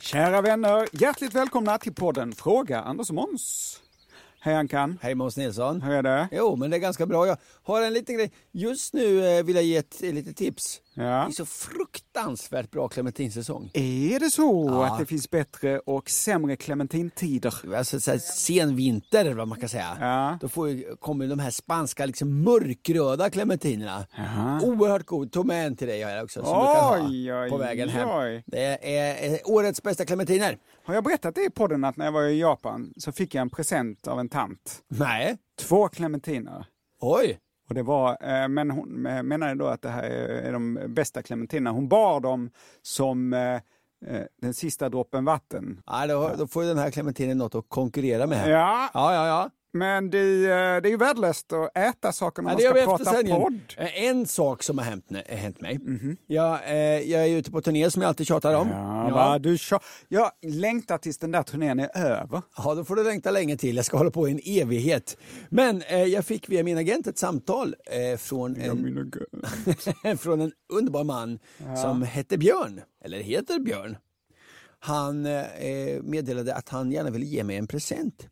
Kära vänner, hjärtligt välkomna till podden Fråga Anders och Måns. Hej Ankan, Hej Måns Nilsson. hur är det? Jo, men det är ganska bra. Jag har en liten grej. Just nu eh, vill jag ge ett, eh, lite tips. Det Ja. är så fruktansvärt bra clementinsäsong. Är det så att det finns bättre och sämre clementintider? Alltså så här, sen vinter, eller vad man kan säga. Ja. Då får, ju- kommer ju de här spanska liksom, mörkröda clementinerna. Oerhört god. Tog med en till dig har jag också, som du Oj, kan ha oj, på vägen oj. hem. Det är eh, årets bästa clementiner. Har jag berättat det i podden att när jag var i Japan så fick jag en present av en tant? Nej, Två clementiner. oj. Och det var, eh, men hon eh, menade då att det här är är de bästa clementinerna. Hon bar dem som eh, eh, den sista droppen vatten. Ja, då, då får ju den här clementinen något att konkurrera med. här. Ja, ja, ja. ja. men det, eh, det är ju värdelöst att äta saker när Ja, man det gör vi ska efter prata sändningen. podd. Mhm. Eh, En sak som har hänt, eh, hänt mig. Jag, eh, jag är ute på turné som jag alltid tjatar om. Ja, Va, du tja- jag längtar tills den där turnén är över. Ja, då får du längta länge till. Jag ska hålla på i en evighet. Men eh, jag fick via min agent ett samtal eh, från, Mm. en, från en underbar man som hette Björn, eller heter Björn. Han eh, meddelade att han gärna ville ge mig en present.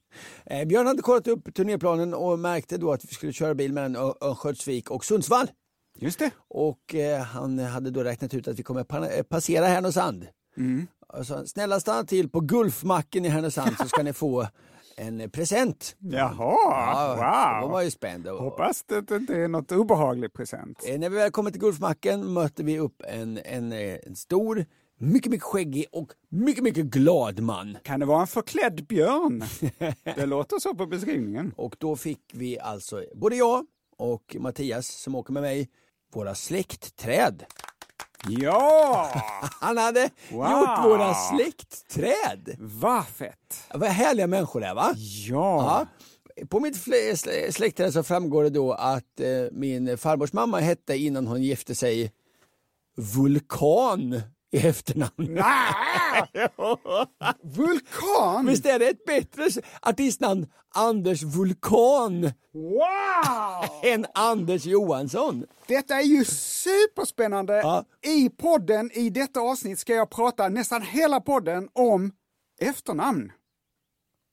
Eh, Björn hade kollat upp turnéplanen och märkte då att vi skulle köra bil mellan Ö- Örnsköldsvik och Sundsvall. Just det. Och eh, han hade då räknat ut att vi kommer pa- eh, passera Härnösand. Mm. Och så, snälla stanna till på Gulfmacken i Härnösand så ska ni få en eh, present. Jaha, Ja, Då wow. var ju spänd. Och, Hoppas det, det inte är något obehagligt present. Eh, när vi väl kom till Gulfmacken mötte vi upp en, en, eh, en stor, mycket, mycket skäggig och mycket, mycket glad man. Kan det vara en förklädd björn? Det låter så på beskrivningen. Och då fick vi alltså, både jag och Mattias som åker med mig, våra släktträd. Ja! Han hade Wow. gjort våra släktträd. Vad fett! Vad härliga människor det är va? Ja. Ja. På mitt fl- sl- släktträd så framgår det då att eh, min farmors mamma hette innan hon gifte sig Vulkan i efternamn. Vulkan! Visst är det ett bättre s- artistnamn Anders Vulkan Wow! än Anders Johansson? Detta är ju superspännande! Ja. I podden, i detta avsnitt, ska jag prata nästan hela podden om efternamn.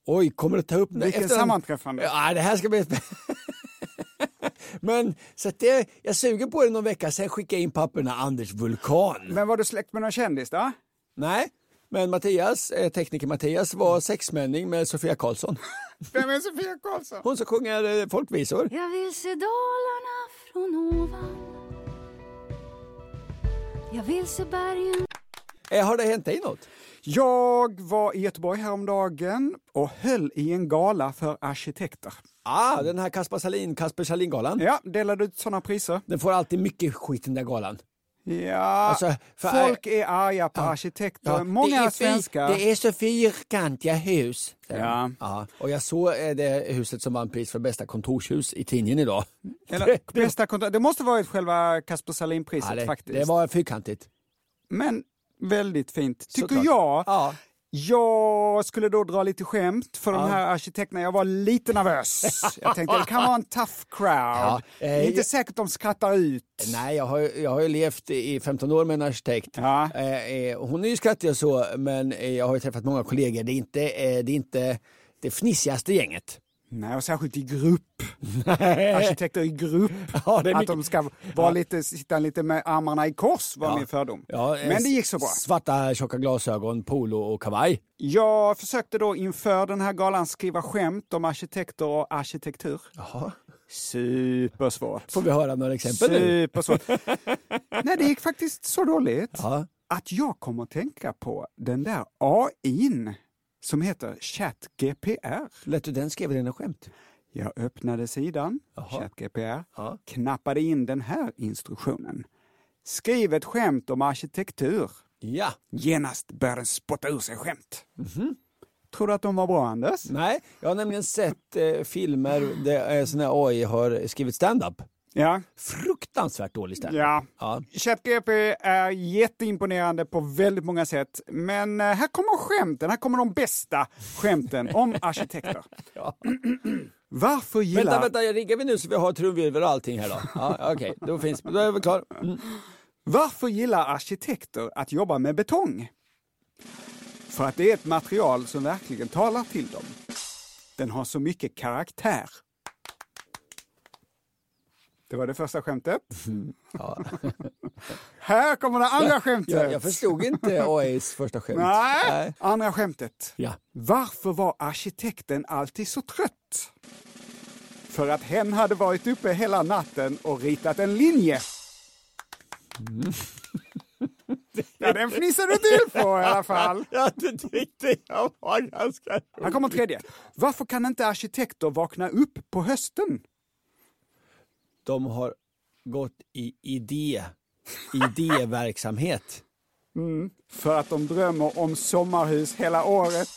Oj, kommer du ta upp det? Vilken efternamn? sammanträffande. Ja, det här ska bli spännande. Men så att det, jag suger på det någon vecka, sen skickar jag in papperna Anders Vulkan. Men var du släkt med någon kändis då? Nej, men Mattias, eh, tekniker Mattias Mm. var sexmänning med Sofia Karlsson. Vem är Sofia Karlsson? Hon som sjunger eh, folkvisor. Jag vill se Dalarna från ovan Jag vill se bergen Eh, Har det hänt dig något? Jag var i Göteborg häromdagen och höll i en gala för arkitekter. Ah, den här Kaspar Salin, Kasper Salin-galan. Ja, delade ut sådana priser. Den får alltid mycket skit den där galan. Ja, Alltså, för- folk är arga på arkitekter. Ja, Många det är fi- svenskar. Det är så fyrkantiga hus. säger de. Ja. ja. Och jag såg eh, det huset som vann pris för bästa kontorshus i tidningen idag. Eller, det, bästa kontra- det måste varit själva Kasper Salin-priset ja, det, faktiskt. det var fyrkantigt. Men väldigt fint, tycker Såklart. jag. Ja. Jag skulle då dra lite skämt för de här arkitekterna. Jag var lite nervös. Jag tänkte det kan vara en tough crowd. Ja, Det är eh, inte jag- säkert de skrattar ut. Nej, jag har, ju- jag har ju levt i 15 år med en arkitekt. Ja. Eh, eh, och hon är ju skrattig och så, men eh, jag har ju träffat många kollegor. Det är inte eh, det, är inte det fnissigaste gänget. Nej, och särskilt i grupp. Nej. Arkitekter i grupp. Ja, det är Att mycket- de ska vara lite, sitta lite med armarna i kors var min fördom. Ja, eh, Men det gick så bra. Svarta tjocka glasögon, polo och kavaj. Jag försökte då inför den här galan skriva skämt om arkitekter och arkitektur. Jaha. Supersvårt. Får vi höra några exempel nu? Supersvårt. Nej, det gick faktiskt så dåligt Ja. att jag kommer att tänka på den där AIn som heter ChatGPR. Lät du den skriva dina skämt? Jag öppnade sidan, ChatGPR, Ja. knappade in den här instruktionen. Skriv ett skämt om arkitektur. Ja. Genast började den spotta ur sig skämt. Tror du att de var bra, Anders? Nej, jag har nämligen sett eh, filmer där eh, sån här AI har skrivit stand-up. Ja. Fruktansvärt dålig stand-up. ja. Ja. ChatGP är jätteimponerande på väldigt många sätt. Men eh, här kommer skämten, här kommer de bästa skämten om arkitekter. Varför gillar... Vänta, vänta, jag riggar vi nu så vi har trumvirvel och allting här då? Ja, Okej, då finns Då är vi klar. Mm. Varför gillar arkitekter att jobba med betong? För att det är ett material som verkligen talar till dem. Den har så mycket karaktär. Det var det första skämtet. Här kommer det andra skämtet! Jag, jag förstod inte AIs första skämt. Nej, andra skämtet. Ja. Varför var arkitekten alltid så trött? För att hen hade varit uppe hela natten och ritat en linje. Ja, den fnissade du till på i alla fall. Ja, det tyckte jag var ganska Här kommer tredje. Varför kan inte arkitekter vakna upp på hösten? De har gått i idé, idéverksamhet. För att de drömmer om sommarhus hela året.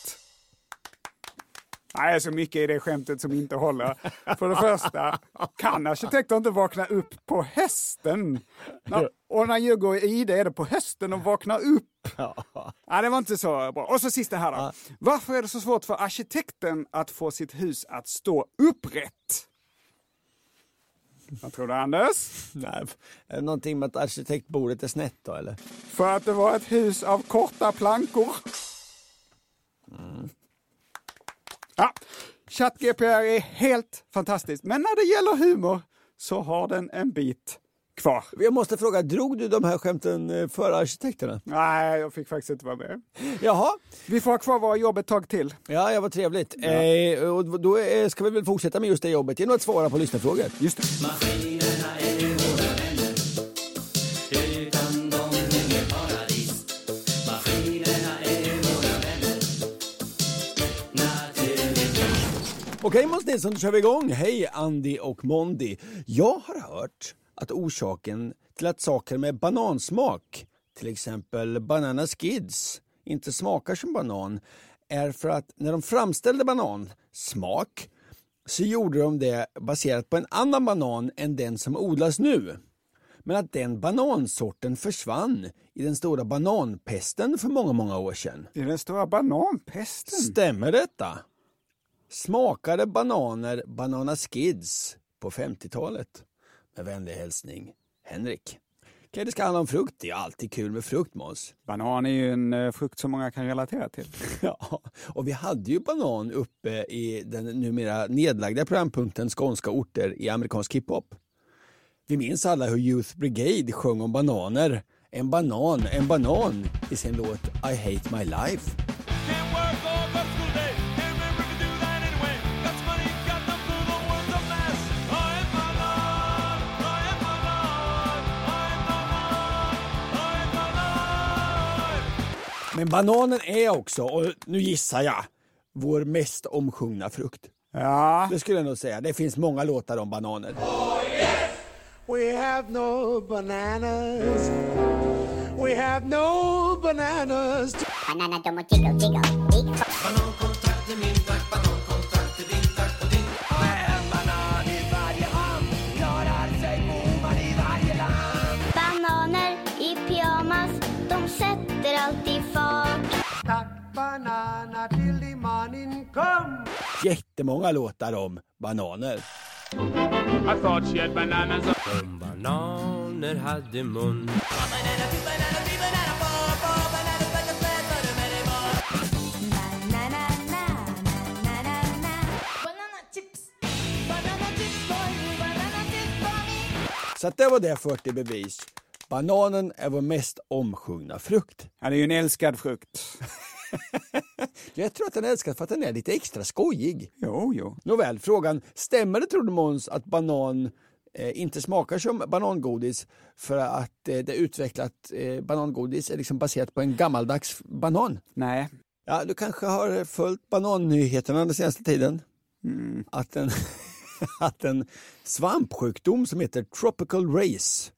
Nej, det är så mycket i det skämtet som inte håller. För det första, kan arkitekter inte vakna upp på hösten? När, och när jag går i det är det på hösten de vaknar upp. Nej, det var inte så bra. Och så sista här då. Varför är det så svårt för arkitekten att få sitt hus att stå upprätt? Vad tror du, Anders? Nej, är det någonting med att arkitektbordet är snett då eller? För att det var ett hus av korta plankor. Ja, ChatGPR är helt fantastiskt, men när det gäller humor så har den en bit kvar. Jag måste fråga, drog du de här skämten eh, för arkitekterna? Nej, jag fick faktiskt inte vara med. Jaha, Vi får ha kvar våra jobb ett tag till. ja, ja vad trevligt. Eh, och då eh, ska vi väl fortsätta med just det jobbet genom att svara på lyssnarfrågor. Just det. Okej Måns Nilsson, då kör vi igång. Hej Andy och Mondi. Jag har hört att orsaken till att saker med banansmak, till exempel Banana Skids, inte smakar som banan är för att när de framställde banansmak så gjorde de det baserat på en annan banan än den som odlas nu. Men att den banansorten försvann i den stora bananpesten för många, många år sedan. Det är den stora bananpesten. Stämmer detta? Smakade bananer Banana Skids på 50-talet? Med vänlig hälsning, Henrik. Okej, det ska handla om frukt. Det är alltid kul med frukt, Måns. Banan är ju en eh, frukt som många kan relatera till. Ja, och vi hade ju banan uppe i den numera nedlagda programpunkten Skånska orter i amerikansk hiphop. Vi minns alla hur Youth Brigade sjöng om bananer. En banan, en banan i sin låt I hate my life. Can't work all but school day. Can't remember if we do that anyway. Got some money, got no food, the world's a mess. I am my love. I am my love. I am my love. I am my love. Men bananen är också, och nu gissar jag, vår mest omsjungna frukt. Ja, Det skulle jag nog säga. Det finns många låtar om bananer. Oh, We have no bananas. We have no bananas. Banana domo jiggle jiggle jiggle. I am banan i varje hand. Klarar sig bovar i varje land. Bananer i pyjamas, de sätter alltid fart. Tack banana till din manin kom. Jättemånga låtar om bananer. I thought she had bananas. Bananer hade mun Na, na, na, na, na, na, na. Banana chip Så att det var det 40 bevis. Bananen är vår mest omsjungna frukt. Han är ju en älskad frukt. Jag tror att den älskar för att den är lite extra skojig. Jo, jo. Nåväl, frågan. Stämmer det trodde Måns att banan eh, inte smakar som banangodis för att eh, det är utvecklat eh, banangodis är liksom baserat på en gammaldags banan? Nej. Ja, du kanske har följt banannyheterna den senaste tiden? Att, en, att en svampsjukdom som heter tropical race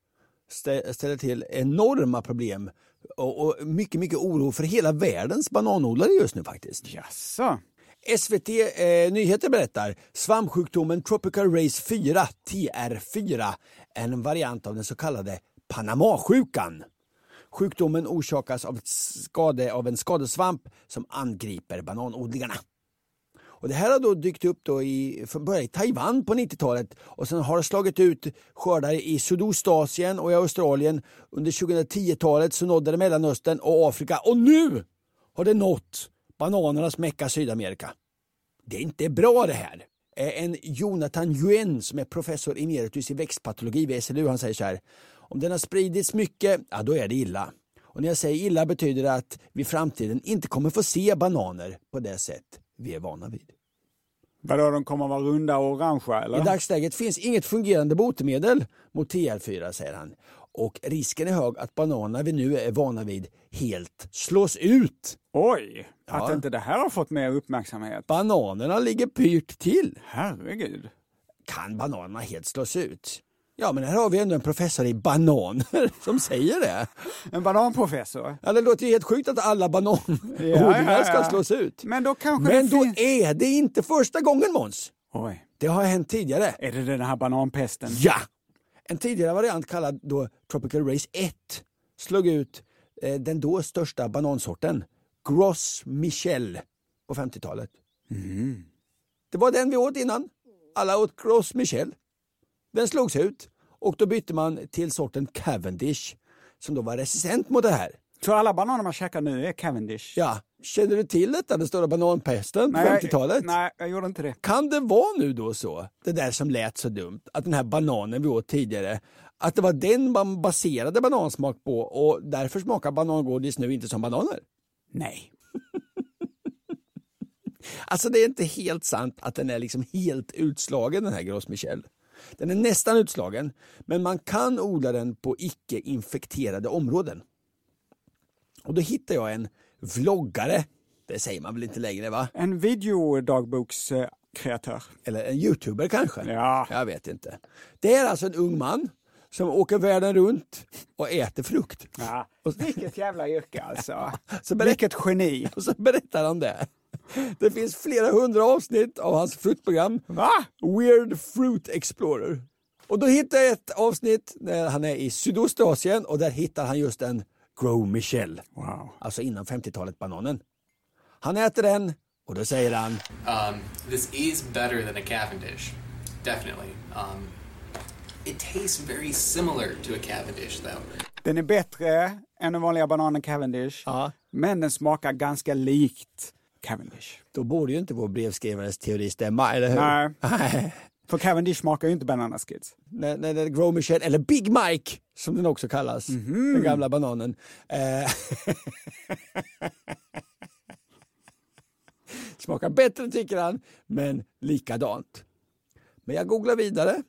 stä- ställer till enorma problem och, och mycket, mycket oro för hela världens bananodlare just nu faktiskt. Jaså? SVT eh, Nyheter berättar svampsjukdomen Tropical Race 4, TR4, är en variant av den så kallade Panamasjukan. Sjukdomen orsakas av, ett skade, av en skadesvamp som angriper bananodlingarna. Och det här har då dykt upp då i, från början i Taiwan på 90-talet och sen har det slagit ut skördar i Sydostasien och i Australien. Under 2010-talet så nådde det Mellanöstern och Afrika och nu har det nått bananernas Mecka Sydamerika. Det är inte bra det här. Eh, En Jonathan Yuen som är professor emeritus i växtpatologi vid SLU, han säger så här. Om den har spridits mycket, ja då är det illa. Och när jag säger illa betyder det att vi i framtiden inte kommer få se bananer på det sätt vi är vana vid. Vadå, de kommer vara runda och orangea eller? I dagsläget finns inget fungerande botemedel mot TR4, säger han. Och risken är hög att bananerna vi nu är vana vid helt slås ut. Oj! Att inte det här har fått mer uppmärksamhet. Bananerna ligger pyrt till. Herregud. kan bananerna helt slås ut? Ja, men här har vi ändå en professor i bananer som säger det. En bananprofessor. Ja, det låter ju helt sjukt att alla bananodlingar ja, ja. ska slås ut. Men då kanske Men det då finns- är det inte första gången, Måns. Oj. Det har hänt tidigare. Är det den här bananpesten? Ja! En tidigare variant kallad då Tropical Race 1 slog ut eh, den då största banansorten, Gros Michel, på 50-talet. Mhm. Det var den vi åt innan. Alla åt Gros Michel. Den slogs ut och då bytte man till sorten Cavendish som då var resistent mot det här. Så alla bananer man käkar nu är Cavendish? Ja, känner du till detta, den stora bananpesten på Nej, 50-talet? Nej, jag gjorde inte det. Kan det vara nu då så, det där som lät så dumt, att den här bananen vi åt tidigare, att det var den man baserade banansmak på och därför smakar banangodis nu inte som bananer? Nej. Alltså det är inte helt sant att den är liksom helt utslagen den här Gros Michel. Den är nästan utslagen, men man kan odla den på icke infekterade områden. Och då hittar jag en vloggare, det säger man väl inte längre va? En videodagbokskreatör. Eller en youtuber kanske? Ja. Jag vet inte. Det är alltså en ung man som åker världen runt och äter frukt. Ja. Och, Vilket jävla yrke alltså. så berätt, Vilket geni. och så berättar han det. Det finns flera hundra avsnitt av hans fruktprogram. Va? Weird Fruit Explorer. Och då hittar jag ett avsnitt när han är i Sydostasien och där hittar han just en Grow Michel. Wow. Alltså innan 50-talet bananen. Han äter den och då säger han Um, this is better than a Cavendish, definitely. Um, it tastes very similar to a Cavendish, though. Den är bättre än den vanliga bananen Cavendish. Ja. Men den smakar ganska likt Cavendish. Då borde ju inte vår brevskrivares teori stämma, eller hur? Nej. Nej. För Cavendish smakar ju inte bananaskids. när, när, när Grow Michel, eller Big Mike som den också kallas, den gamla bananen. Eh, Smakar bättre tycker han, men likadant. Men jag googlar vidare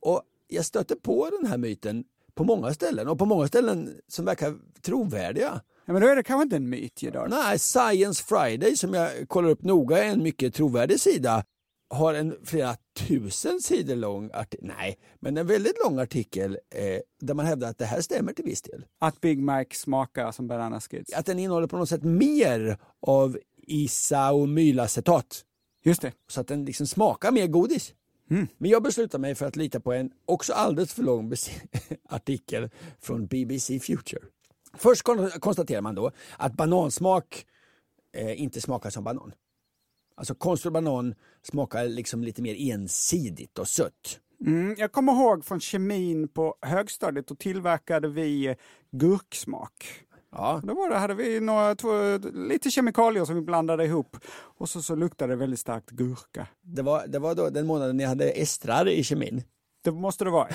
och jag stöter på den här myten på många ställen och på många ställen som verkar trovärdiga. Ja, men då är det kanske inte en myt idag. Nej, Science Friday som jag kollar upp noga är en mycket trovärdig sida. Har en flera tusen sidor lång artikel, nej, men en väldigt lång artikel eh, där man hävdar att det här stämmer till viss del. Att Big Mike smakar som bananaskids. Att den innehåller på något sätt mer av isaomylacetat. Just det. Så att den liksom smakar mer godis. Men jag beslutar mig för att lita på en också alldeles för lång bes- artikel från BBC Future. Först kon- konstaterar man då att banansmak eh, inte smakar som banan. Alltså konstgjord banan smakar liksom lite mer ensidigt och sött. Mm, jag kommer ihåg från kemin på högstadiet, då tillverkade vi eh, gurksmak. Ja. Då var det, hade vi några, två, lite kemikalier som vi blandade ihop och så, så luktade det väldigt starkt gurka. Det, var, det var då den månaden jag hade estrar i kemin. Det måste det vara.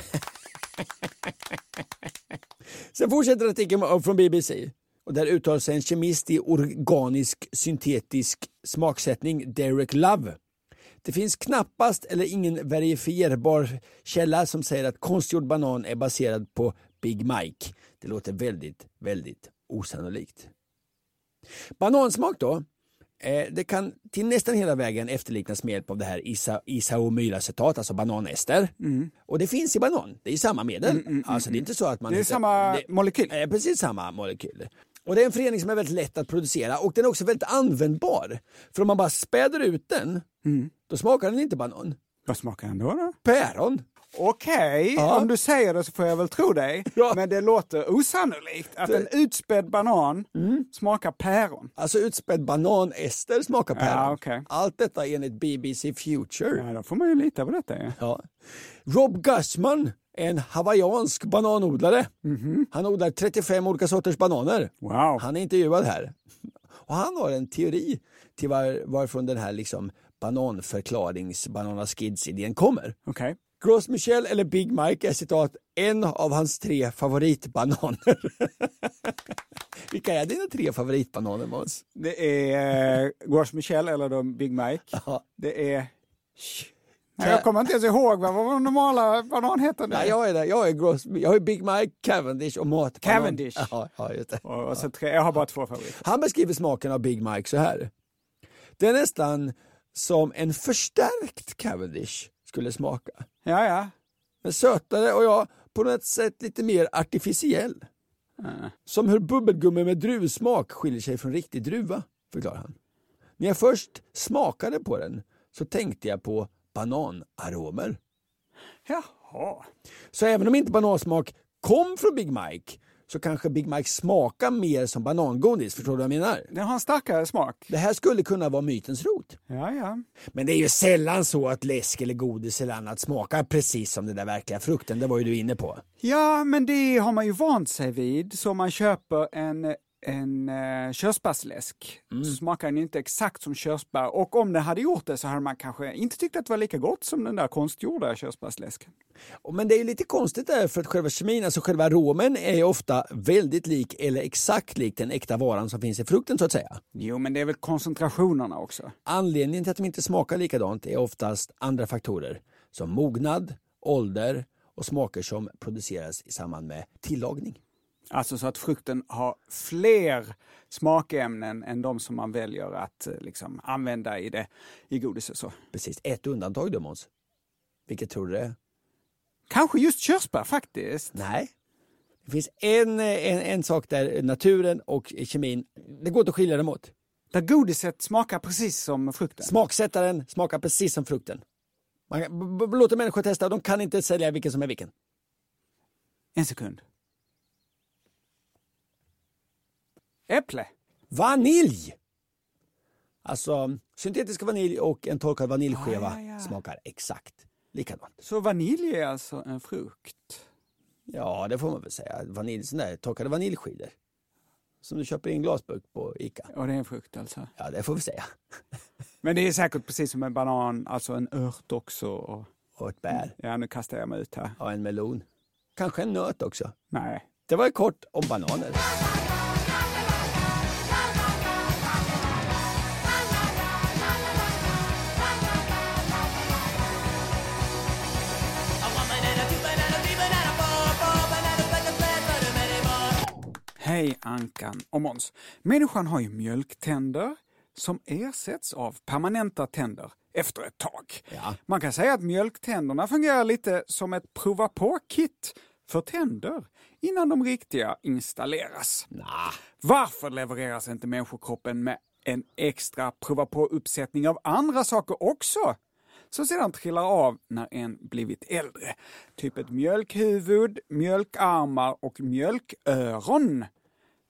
Sen fortsätter artikeln med- från BBC. Och där uttalar sig en kemist i organisk syntetisk smaksättning, Derek Love. Det finns knappast eller ingen verifierbar källa som säger att konstgjord banan är baserad på Big Mike. Det låter väldigt, väldigt osannolikt. Banansmak då? Eh, det kan till nästan hela vägen efterliknas med hjälp av det här isa- isaomylacetat, alltså bananester. Mm. Och det finns i banan, det är samma medel. alltså det är inte så att man... Det är hittar- samma molekyl. Eh, precis samma molekyler. Och det är en förening som är väldigt lätt att producera och den är också väldigt användbar. För om man bara späder ut den, Mm. då smakar den inte banan. Vad smakar den då? då? Päron! Okej, Ja. om du säger det så får jag väl tro dig. Ja. Men det låter osannolikt att en utspädd banan smakar päron. Alltså utspädd bananester smakar päron. Ja, okej. Allt detta enligt BBC Future. Ja, då får man ju lita på detta. ju. Ja. Rob Gussman är en hawaiiansk bananodlare. Mhm. Han odlar 35 olika sorters bananer. Wow. Han är intervjuad här. Och han har en teori till var, varifrån den här liksom bananförklarings Banana Skids-idén kommer. Okej. Gross Michel eller Big Mike är citat en av hans tre favoritbananer. Vilka är dina tre favoritbananer Måns? Det är eh, Gouache Michel eller då Big Mike. Ja. Det är... Shh. Nej, jag kommer inte ens ihåg vad vad var den normala banan hette nu. Nej, jag är där. Jag är Gross, jag är Big Mike, Cavendish och matbanan. Cavendish. Ja, ja, just det. Och, och så tre, jag har bara två favoriter. Han beskriver smaken av Big Mike så här. Det är nästan som en förstärkt Cavendish skulle smaka. Ja, ja. Men sötare och ja, på något sätt lite mer artificiell. Som hur bubbelgummi med druvsmak skiljer sig från riktig druva, förklarar han. När jag först smakade på den så tänkte jag på bananaromer. Jaha. Så även om inte banansmak kom från Big Mike så kanske Big Mike smakar mer som banangodis, förstår du vad jag menar? Den har en starkare smak. Det här skulle kunna vara mytens rot. Ja, ja. Men det är ju sällan så att läsk eller godis eller annat smakar precis som den där verkliga frukten. Det var ju du inne på. Ja, men det har man ju vant sig vid. Så om man köper en, en eh, körsbärsläsk så smakar den ju inte exakt som körsbär. Och om den hade gjort det så hade man kanske inte tyckt att det var lika gott som den där konstgjorda körsbärsläsken. Och Men det är ju lite konstigt där för att själva kemin, alltså själva aromen är ju ofta väldigt lik eller exakt lik den äkta varan som finns i frukten så att säga. Jo, men det är väl koncentrationerna också. Anledningen till att de inte smakar likadant är oftast andra faktorer som mognad, ålder och smaker som produceras i samband med tillagning. Alltså så att frukten har fler smakämnen än de som man väljer att eh, liksom, använda i, det, i godiset. Så. Precis, ett undantag då Måns. Vilket tror du det är? Kanske just körsbär faktiskt. Nej. Det finns en, en, en sak där naturen och kemin, det går inte att skilja dem åt. Där godiset smakar precis som frukten. Smaksättaren smakar precis som frukten. Man kan- b- b- låter människor testa, de kan inte sälja vilken som är vilken. En sekund. Äpple. Vanilj! Alltså, syntetisk vanilj och en torkad vaniljskiva Ah, ja, ja. smakar exakt likadant. Så vanilj är alltså en frukt? Ja, det får man väl säga. Vanilj, sån där torkade vaniljskidor. Som du köper i en glasburk på Ica. Och det är en frukt alltså? Ja, det får vi säga. Men det är säkert precis som en banan, alltså en ört också. Och... Och ett bär. Ja, nu kastar jag mig ut här. Ja, en melon. Kanske en nöt också. Nej. Det var kort om bananer. Hej Ankan och Måns. Människan har ju mjölktänder som ersätts av permanenta tänder efter ett tag. Man kan säga att mjölktänderna fungerar lite som ett prova på-kit för tänder innan de riktiga installeras. Varför levereras inte människokroppen med en extra prova på-uppsättning av andra saker också? som sedan trillar av när en blivit äldre. Typ ett mjölkhuvud, mjölkarmar och mjölköron.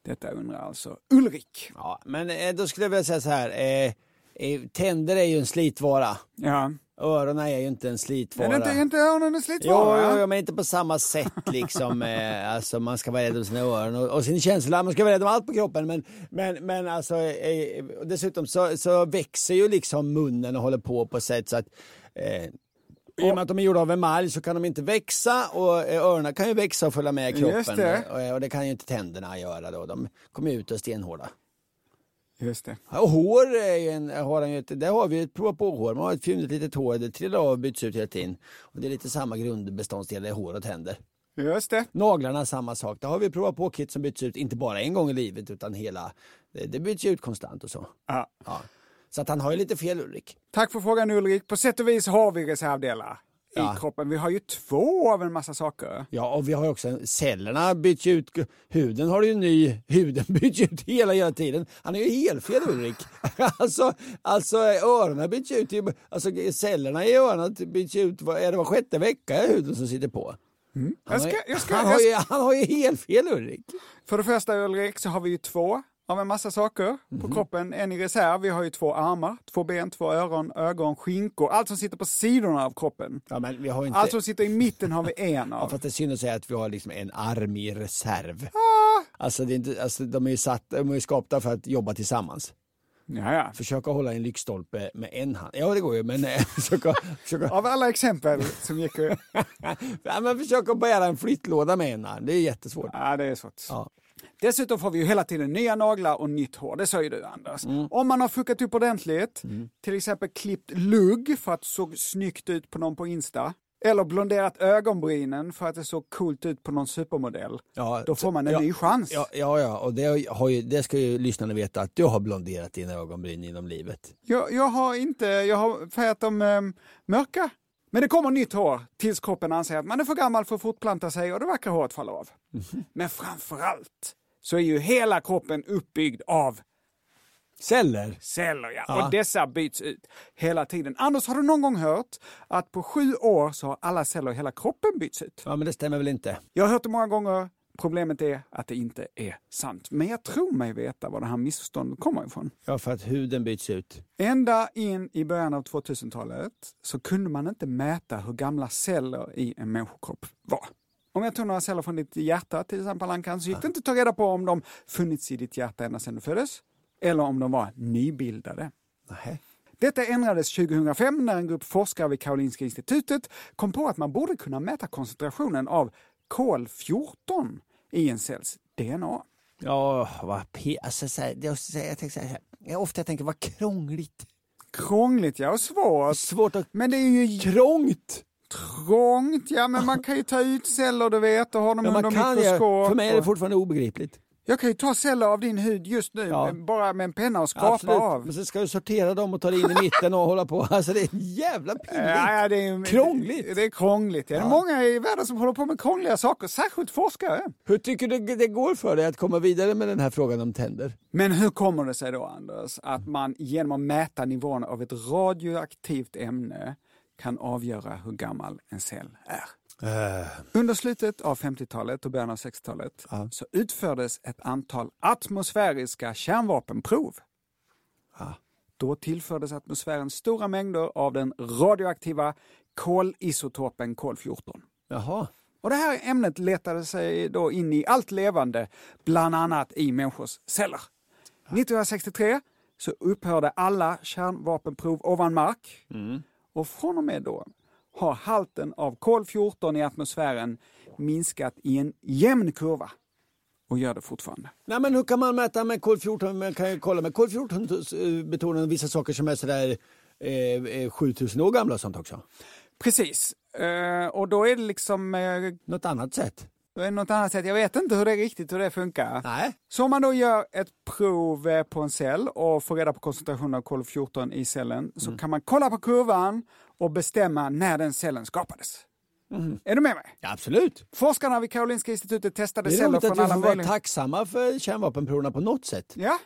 Detta undrar alltså Ulrik. Ja, men eh, då skulle jag vilja säga så här. Eh, eh, tänder är ju en slitvara. Ja. Öronen är ju inte en slitvara. Är det inte, är inte öronen en Jo, slitvara? jo, jo, men inte på samma sätt liksom. eh, alltså man ska vara rädd om sina öron och, och sin känsla. Man ska vara rädd om allt på kroppen. Men, men, men alltså, eh, och dessutom så, så växer ju liksom munnen och håller på på sätt så att eh, I och med att de är gjorda av emalj så kan de inte växa och eh, öronen kan ju växa och följa med kroppen. Just det. Och, och det kan ju inte tänderna göra då. De kommer ju ut och är stenhårda. Just det. Ja, Och hår är ju en, har han ju ett, där har vi ett prova på hår. Man har ett fyndigt litet hår, det trillar av och byts ut hela tiden. Och det är lite samma grundbeståndsdelar i hår och tänder. Just det. Naglarna samma sak, där har vi prova på kit som byts ut inte bara en gång i livet utan hela, det, det byts ju ut konstant och så. Ja. Så att han har ju lite fel Ulrik. Tack för frågan Ulrik. På sätt och vis har vi reservdelar i kroppen. Vi har ju två av en massa saker. Ja, och vi har ju också cellerna byts ju ut, huden har ju ny, huden byts ju ut hela, hela tiden. Han är ju helt fel Ulrik. Alltså, alltså öronen byts ju ut, i- alltså cellerna i öronen byts ju ut, var- är det var sjätte vecka är huden som sitter på. Han, Mm. Jag ska- har ju- jag ska- han, jag har ska- ju, han har ju helt fel Ulrik. För det första Ulrik så har vi ju två av en massa saker Mhm. på kroppen. En i reserv. Vi har ju två armar, två ben, två öron, ögon, skinkor. Allt som sitter på sidorna av kroppen. Ja, men vi har ju inte... Allt som sitter i mitten har vi en Ja, av. fast det är synd att säga att vi har liksom en arm i reserv. Alltså, det är inte, alltså de är ju satt, de är ju skapta för att jobba tillsammans. Ja, ja. Försöka hålla en lyktstolpe med en hand. Ja, det går ju, men eh, försöka, försöka, Av alla exempel som gick ur. ja, men försöka bära en flyttlåda med en arm. Det är jättesvårt. Ja, det är svårt. Ja. Dessutom får vi ju hela tiden nya naglar och nytt hår, det sa ju du Anders. Mm. Om man har fuckat upp ordentligt, till exempel klippt lugg för att det såg snyggt ut på någon på Insta, eller blonderat ögonbrynen för att det såg coolt ut på någon supermodell, Ja, då får man en ja, ny chans. Ja, ja, ja och det, har ju, det ska ju lyssnarna veta att du har blonderat dina ögonbryn genom livet. Jag, jag har inte, jag har färgat dem ehm, mörka. Men det kommer nytt hår tills kroppen anser att man är för gammal för att fortplanta sig och det vackra håret faller av. Mm-hmm. Men framför allt så är ju hela kroppen uppbyggd av Celler? celler, ja. Ja. Och dessa byts ut hela tiden. Anders, har du någon gång hört att på sju år så har alla celler i hela kroppen bytts ut? Ja, men det stämmer väl inte? Jag har hört det många gånger. Problemet är att det inte är sant. Men jag tror mig veta var det här missförståndet kommer ifrån. Ja, för att huden byts ut. Ända in i början av 2000-talet så kunde man inte mäta hur gamla celler i en människokropp var. Om jag tog några celler från ditt hjärta till exempel Ankan så gick det inte att ta reda på om de funnits i ditt hjärta ända sedan du föddes eller om de var nybildade. Nähä. Detta ändrades 2005 när en grupp forskare vid Karolinska institutet kom på att man borde kunna mäta koncentrationen av kol-14 i en cells DNA. Ja, vad pe... Alltså, så här, jag, så här, jag tänker så här, jag ofta tänker vad krångligt. Krångligt ja, och svårt. Svårt att... Men det är ju Krångt! trångt, ja men man kan ju ta ut celler du vet och ha dem Ja, under man kan ju, mikroskop. för mig är det och- fortfarande obegripligt. Jag kan ju ta celler av din hud just nu, Ja. men bara med en penna och skapa av. Men sen ska du sortera dem och ta det in i mitten och hålla på. Alltså det är jävla pinligt. Ja, ja, det är, Krångligt. Det är krångligt. Ja. Det är många i världen som håller på med krångliga saker, särskilt forskare. Hur tycker du det går för dig att komma vidare med den här frågan om tänder? Men hur kommer det sig då, Anders, att man genom att mäta nivån av ett radioaktivt ämne kan avgöra hur gammal en cell är? Under slutet av 50-talet och början av 60-talet så utfördes ett antal atmosfäriska kärnvapenprov. Då tillfördes atmosfären stora mängder av den radioaktiva kolisotopen kol-14. Jaha. Och det här ämnet letade sig då in i allt levande, bland annat i människors celler. 1963 så upphörde alla kärnvapenprov ovan mark. Och från och med då har halten av kol-14 i atmosfären minskat i en jämn kurva. Och gör det fortfarande. Nej men hur kan man mäta med kol-14? Man kan ju kolla med kol-14 eh, betonar vissa saker som är sådär eh, eh, 7000 år gamla och sånt också. Precis. Eh, och då är det liksom eh, Något annat sätt? då är det något annat sätt. Jag vet inte hur det är riktigt hur det funkar. Nej. Så om man då gör ett prov eh, på en cell och får reda på koncentrationen av kol-14 i cellen Mm. så kan man kolla på kurvan och bestämma när den cellen skapades. Mm. Är du med mig? Ja, absolut. Forskarna vid Karolinska institutet testade Det är celler roligt från att vi alla får vara möjliga... tacksamma för kärnvapenproverna på något sätt. Ja,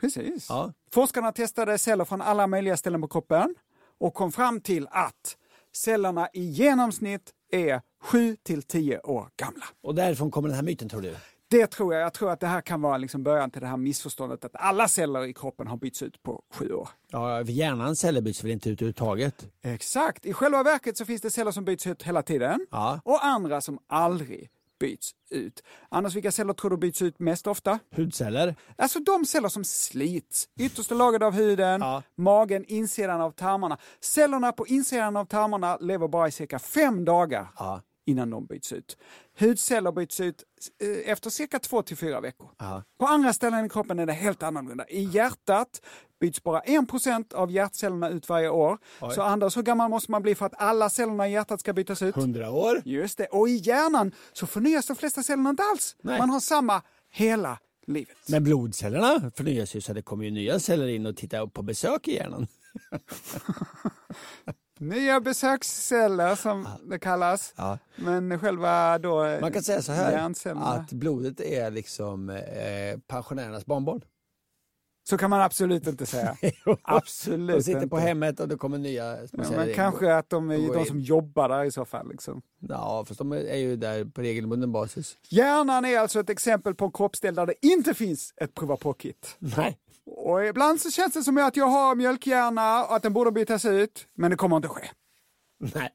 precis. Ja. Forskarna testade celler från alla möjliga ställen på kroppen och kom fram till att cellerna i genomsnitt är 7 till 10 år gamla. Och därifrån kommer den här myten tror du? Det tror jag. Jag tror att det här kan vara liksom början till det här missförståndet att alla celler i kroppen har bytts ut på sju år. Ja, för hjärnans celler byts väl inte ut överhuvudtaget? Exakt. I själva verket så finns det celler som byts ut hela tiden Ja. och andra som aldrig byts ut. Annars, vilka celler tror du byts ut mest ofta? Hudceller. Alltså de celler som slits. Yttersta lagret av huden, magen, insidan av tarmarna. Cellerna på insidan av tarmarna lever bara i cirka fem dagar innan de byts ut. Hudceller byts ut eh, efter cirka två till fyra veckor. På andra ställen i kroppen är det helt annorlunda. I hjärtat byts bara 1 av hjärtcellerna ut varje år. Så Anders, hur gammal måste man bli för att alla cellerna i hjärtat ska bytas ut? Hundra år. Just det. Och i hjärnan så förnyas de flesta cellerna inte alls. Nej. Man har samma hela livet. Men blodcellerna förnyas ju så det kommer ju nya celler in och tittar upp på besök i hjärnan. Nya besöksceller som det kallas. Men själva då... eh, Ah. Man kan säga så här Hjärncellerna. att blodet är liksom eh, pensionärernas barnbarn. Så kan man absolut inte säga. absolut De sitter inte. på hemmet och det kommer nya små Ja, celler men in. kanske att de är ju går de in. som jobbar där i så fall. Liksom. Ja, fast de är ju där på regelbunden basis. Hjärnan är alltså ett exempel på en kroppsdel där det inte finns ett prova på-kit. Nej. Och ibland så känns det som att jag har mjölkhjärna och att den borde bytas ut, men det kommer inte ske. Nej.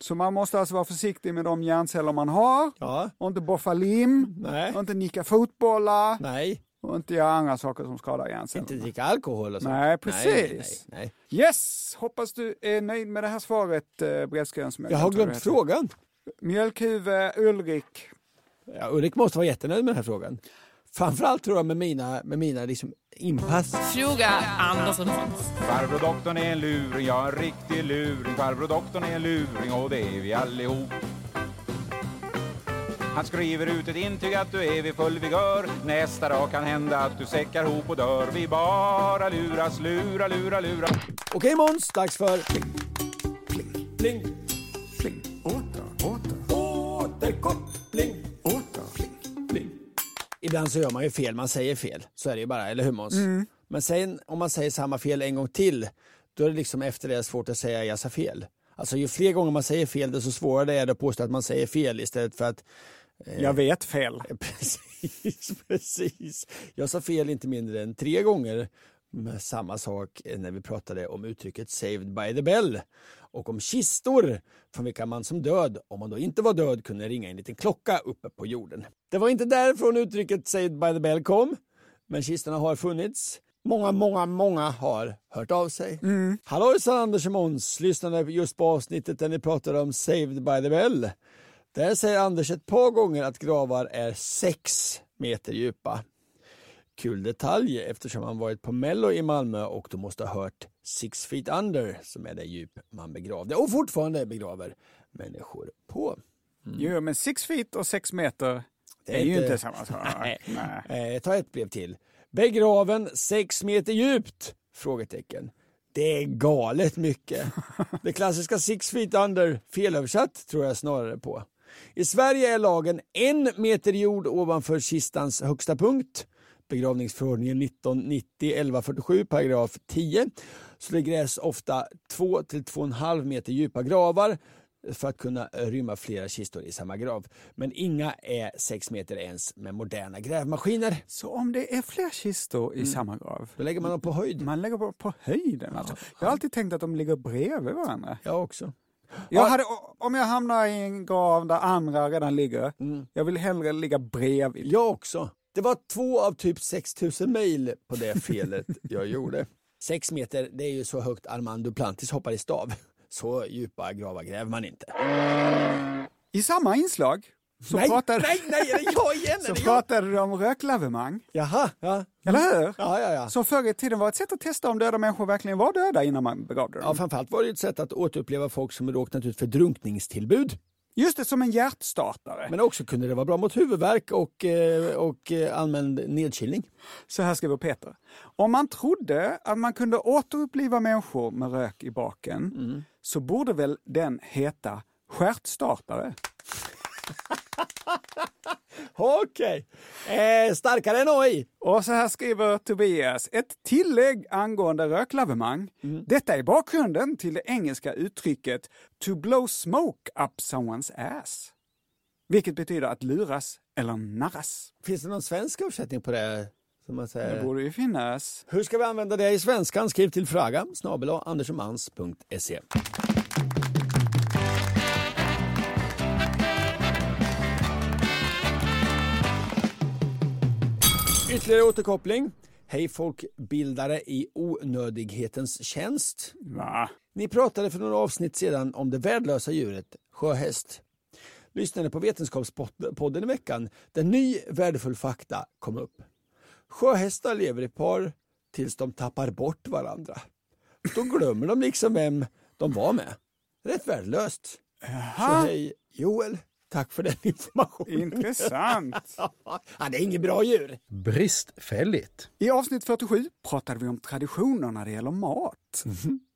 Så man måste alltså vara försiktig med de hjärnceller man har Ja. och inte boffa lim, Nej. och inte nicka fotbollar Nej. och inte göra andra saker som skadar hjärncellerna. Inte dricka alkohol och sånt. Nej, Nej, nej, precis. nej. Yes! Hoppas du är nöjd med det här svaret, eh, Brevskrivaren. som Jag har kan ta glömt det. frågan. Mjölkhuvud Ulrik. Ja, Ulrik måste vara jättenöjd med den här frågan. Framförallt tror jag med mina, med mina liksom inpass. Fråga Anders och Måns. Farbror doktorn är en luring, ja en riktig luring. Farbror doktorn är en luring och det är vi allihop. Han skriver ut ett intyg att du är vid full vigör. Nästa dag kan hända att du säckar ihop och dör. Vi bara luras, lura, lura, lura. Okej Måns, dags för... Pling, pling, pling, Ibland så gör man ju fel, man säger fel. Så är det ju bara, eller hur Måns? Men sen om man säger samma fel en gång till, då är det liksom efter det svårt att säga jag sa fel. Alltså ju fler gånger man säger fel, desto svårare det är det att påstå att man säger fel istället för att Eh. Jag vet fel. Precis, precis. Jag sa fel inte mindre än tre gånger med samma sak när vi pratade om uttrycket saved by the bell och om kistor från vilka man som död, om man då inte var död, kunde ringa en liten klocka uppe på jorden. Det var inte därifrån uttrycket saved by the bell kom, men kistorna har funnits. Många, många, många har hört av sig. Hallåjsan Anders och Måns, lyssnade just på avsnittet där ni pratade om saved by the bell. Där säger Anders ett par gånger att gravar är 6 meter djupa. Kul detalj eftersom han varit på Mello i Malmö och då måste ha hört Six feet under som är det djup man begravde och fortfarande begraver människor på. Mm. Jo, men six feet och sex meter det är, ju inte samma sak. Nej. Nej. Eh, ta ett brev till. Begraven 6 meter djupt? Frågetecken. Det är galet mycket. Det klassiska six feet under, felöversatt, tror jag snarare på. I Sverige är lagen en meter jord ovanför kistans högsta punkt. Begravningsförordningen 1990-1147 paragraf 10. Så det grävs ofta 2 till 2,5 meter djupa gravar för att kunna rymma flera kistor i samma grav. Men inga är 6 meter ens med moderna grävmaskiner. Så om det är fler kistor i Mm. samma grav, Då lägger man dem på höjd. man lägger på, på höjden alltså. Jag har alltid tänkt att de ligger bredvid varandra. Jag också. Jag hade, o- om jag hamnar i en grav där andra redan ligger, Mm. jag vill hellre ligga bredvid. Jag också. Det var två av typ 6000 mejl på det felet jag gjorde. Sex meter, det är ju så högt Armand Duplantis hoppar i stav. Så djupa gravar gräver man inte. I samma inslag så, nej, pratade, nej, nej, är det jag igen? Är så det jag? pratade du om röklavemang, Jaha, ja. eller hur? Mm. Ja, ja, ja. Som förr i tiden var ett sätt att testa om döda människor verkligen var döda innan man begravde dem. ja. Framförallt var det ju ett sätt att återuppleva folk som råknat ut för drunkningstillbud. Just det, som en hjärtstartare. Men också kunde det vara bra mot huvudvärk och, eh, och eh, allmän nedkylning. Så här skriver Peter. Om man trodde att man kunde återuppliva människor med rök i baken Mm. så borde väl den heta stjärtstartare. Okej. Eh, starkare än AI. Och så här skriver Tobias. Ett tillägg angående röklavemang. Detta är bakgrunden till det engelska uttrycket to blow smoke up someone's ass. Vilket betyder att luras eller narras. Finns det någon svensk översättning på det? Som man säger? Det borde ju finnas. Hur ska vi använda det i svenskan? Skriv till fraga snabel andersomans.se. Ytterligare återkoppling. Hej folkbildare i onödighetens tjänst. Va? Ni pratade för några avsnitt sedan om det värdelösa djuret sjöhäst. Lyssnade på Vetenskapspodden i veckan där ny värdefull fakta kom upp. Sjöhästar lever i par tills de tappar bort varandra. Då glömmer de liksom vem de var med. Rätt värdelöst. Så hej Joel, tack för den informationen. Intressant. Han är inget bra djur. Bristfälligt. I avsnitt 47 pratade vi om traditioner när det gäller mat.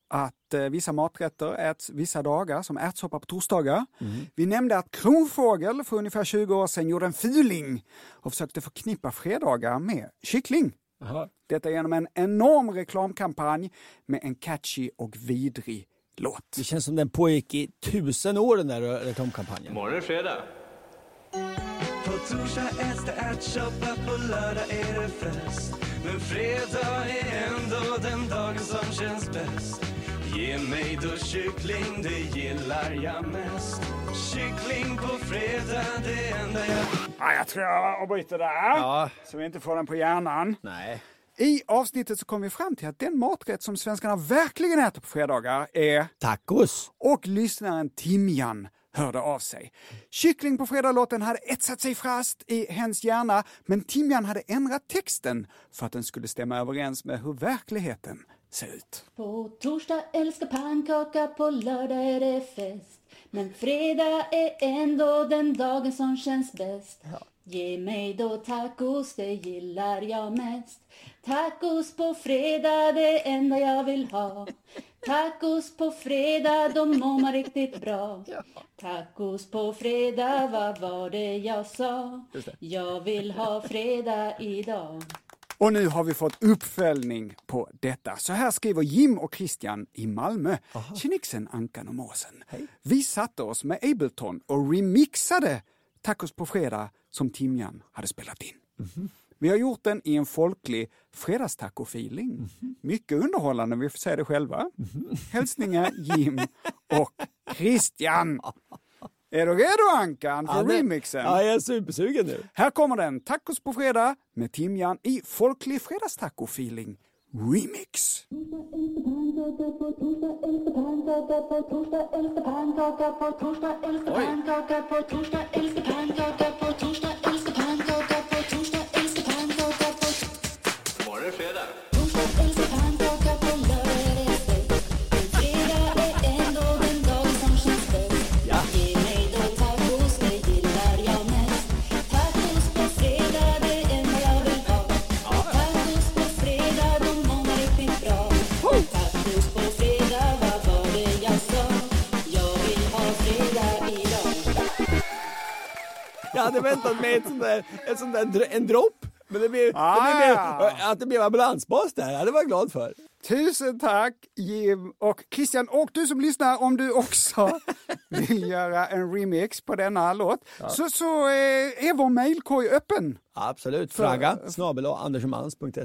Att eh, vissa maträtter äts vissa dagar, som ärtsoppa på torsdagar. Vi nämnde att kronfågel för ungefär 20 år sedan gjorde en filing och försökte förknippa fredagar med kyckling. Detta genom en enorm reklamkampanj med en catchy och vidrig låt. Det känns som den pågick i tusen år den där re- reklamkampanjen. Morgon fredag. På torsdag äts det ärtsoppa, på lördag är det fest. Men fredag är ändå den dagen som känns bäst. Ge mig då kyckling, det gillar jag mest. Kyckling på fredag, det enda jag Ja, jag tror jag avbryter där, Ja. så vi inte får den på hjärnan. Nej. I avsnittet så kom vi fram till att den maträtt som svenskarna verkligen äter på fredagar är Tacos. och lyssnaren Timjan hörde av sig. Kyckling på fredagslåten hade etsat sig fast i hens hjärna, men Timjan hade ändrat texten för att den skulle stämma överens med hur verkligheten ser ut. På torsdag älskar pannkaka, på lördag är det fest. Men fredag är ändå den dagen som känns bäst. Ge mig då tacos, det gillar jag mest. Tacos på fredag, det enda jag vill ha. Tacos på fredag, då mår man riktigt bra. Tacos på fredag, vad var det jag sa? Jag vill ha fredag idag. Och nu har vi fått uppföljning på detta. Så här skriver Jim och Christian i Malmö. Tjenixen, Ankan och Måsen. Vi satte oss med Ableton och remixade Tacos på fredag som Timjan hade spelat in. Mhm. Vi har gjort den i en folklig fredagstaco-feeling. Mhm. Mycket underhållande om vi får säga det själva. Hälsningar Jim och Christian. Är du redo Ankan för Ja, det- remixen? Ja, jag är supersugen nu. Här kommer den, Tacos på fredag med timjan i folklig fredagstaco-feeling remix. Pannkaka på torsdag, älskar pannkaka på torsdag, älskar pannkaka på torsdag, älskar pannkaka på torsdag, älskar pannkaka på torsdag, älskar pannkaka på torsdag, älskar pannkaka på Morgon fredag. torsdag, älskar pannkaka på lördag är det fest. Men fredag är ändå den dag som känns bäst. Ge mig då tacos, det gillar jag mest. Tacos på fredag, det enda jag vill ha. Tacos på fredag, då mår man riktigt bra. Tacos på fredag, vad var det jag sa? Jag vill ha fredag idag. Jag hade väntat mig ett sånt där, ett sånt där dr- en dropp. Men det blev, Ah, det blev, ja. att det blev ambulansbas där, ja, det var jag glad för. Tusen tack Jim och Christian och du som lyssnar om du också vill göra en remix på denna låt så, så eh, är vår mailkorg öppen. Absolut. Fragga snabel andersomans.se.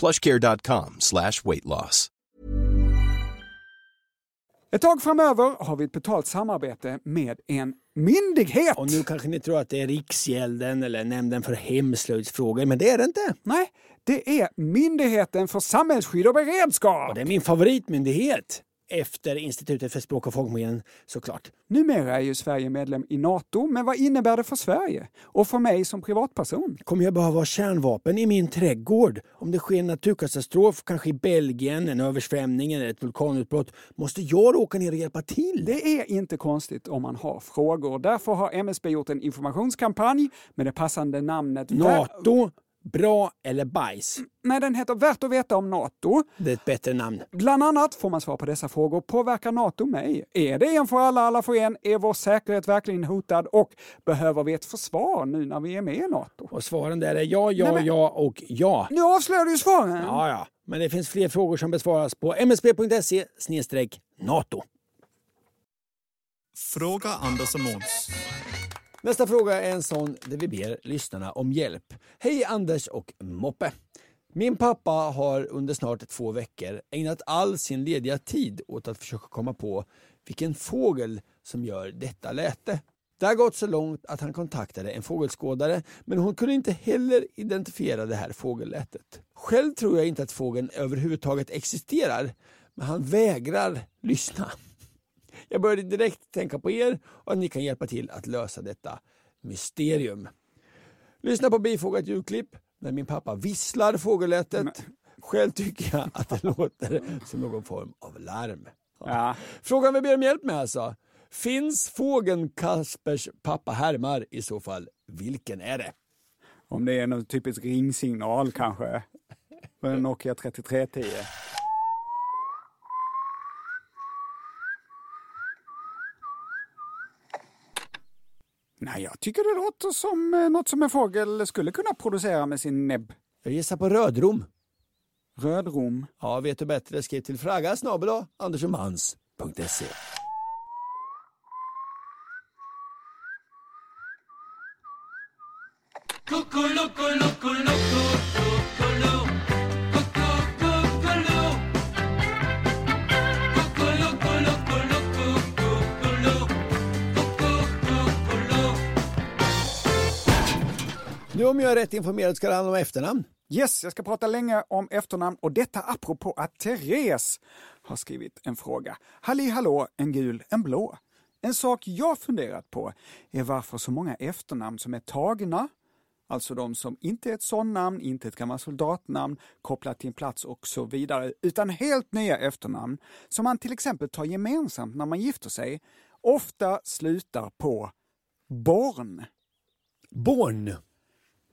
Plushcare.com slash weight loss. Ett tag framöver har vi ett betalt samarbete med en myndighet. Och nu kanske ni tror att det är Riksgälden eller Nämnden för hemslöjdsfrågor, men det är det inte. Nej, det är Myndigheten för samhällsskydd och beredskap. Och det är min favoritmyndighet. Efter Institutet för språk och folkminnen, såklart. Numera är ju Sverige medlem i Nato, men vad innebär det för Sverige? Och för mig som privatperson? Kommer jag behöva ha kärnvapen i min trädgård? Om det sker en naturkatastrof, kanske i Belgien, en översvämning eller ett vulkanutbrott, måste jag då åka ner och hjälpa till? Det är inte konstigt om man har frågor. Därför har MSB gjort en informationskampanj med det passande namnet Nato, bra eller bajs? Nej, den heter Värt att veta om Nato. Det är ett bättre namn. Bland annat får man svar på dessa frågor. Påverkar Nato mig? Är det en för alla, alla för en? Är vår säkerhet verkligen hotad? Och behöver vi ett försvar nu när vi är med i Nato? Och svaren där är ja, ja, ja och ja. Nu avslöjar du ju svaren! Ja, ja. Men det finns fler frågor som besvaras på msb.se e nato. Fråga Anders och Måns. Nästa fråga är en sån där vi ber lyssnarna om hjälp. Hej Anders och Moppe! Min pappa har under snart två veckor ägnat all sin lediga tid åt att försöka komma på vilken fågel som gör detta läte. Det har gått så långt att han kontaktade en fågelskådare men hon kunde inte heller identifiera det här fågellätet. Själv tror jag inte att fågeln överhuvudtaget existerar men han vägrar lyssna. Jag började direkt tänka på er och att ni kan hjälpa till att lösa detta mysterium. Lyssna på bifogat ljudklipp när min pappa visslar fågellätet. Men... Själv tycker jag att det låter som någon form av larm. Ja. Ja. Frågan vi ber om hjälp med alltså. Finns fågeln Kaspers pappa härmar? I så fall, vilken är det? Om det är någon typisk ringsignal kanske. På en Nokia 3310. Nej, jag tycker det låter som eh, något som en fågel skulle kunna producera med sin näbb. Jag gissar på rödrom. Rödrom? Ja, vet du bättre. Skriv till fraga snabel andersomhans.se. Nu om jag är rätt informerad ska det handla om efternamn. Yes, jag ska prata länge om efternamn och detta apropå att Therese har skrivit en fråga. Halli hallå, en gul, en blå. En sak jag funderat på är varför så många efternamn som är tagna, alltså de som inte är ett sådant inte ett gammalt soldatnamn, kopplat till en plats och så vidare, utan helt nya efternamn som man till exempel tar gemensamt när man gifter sig, ofta slutar på born. Born.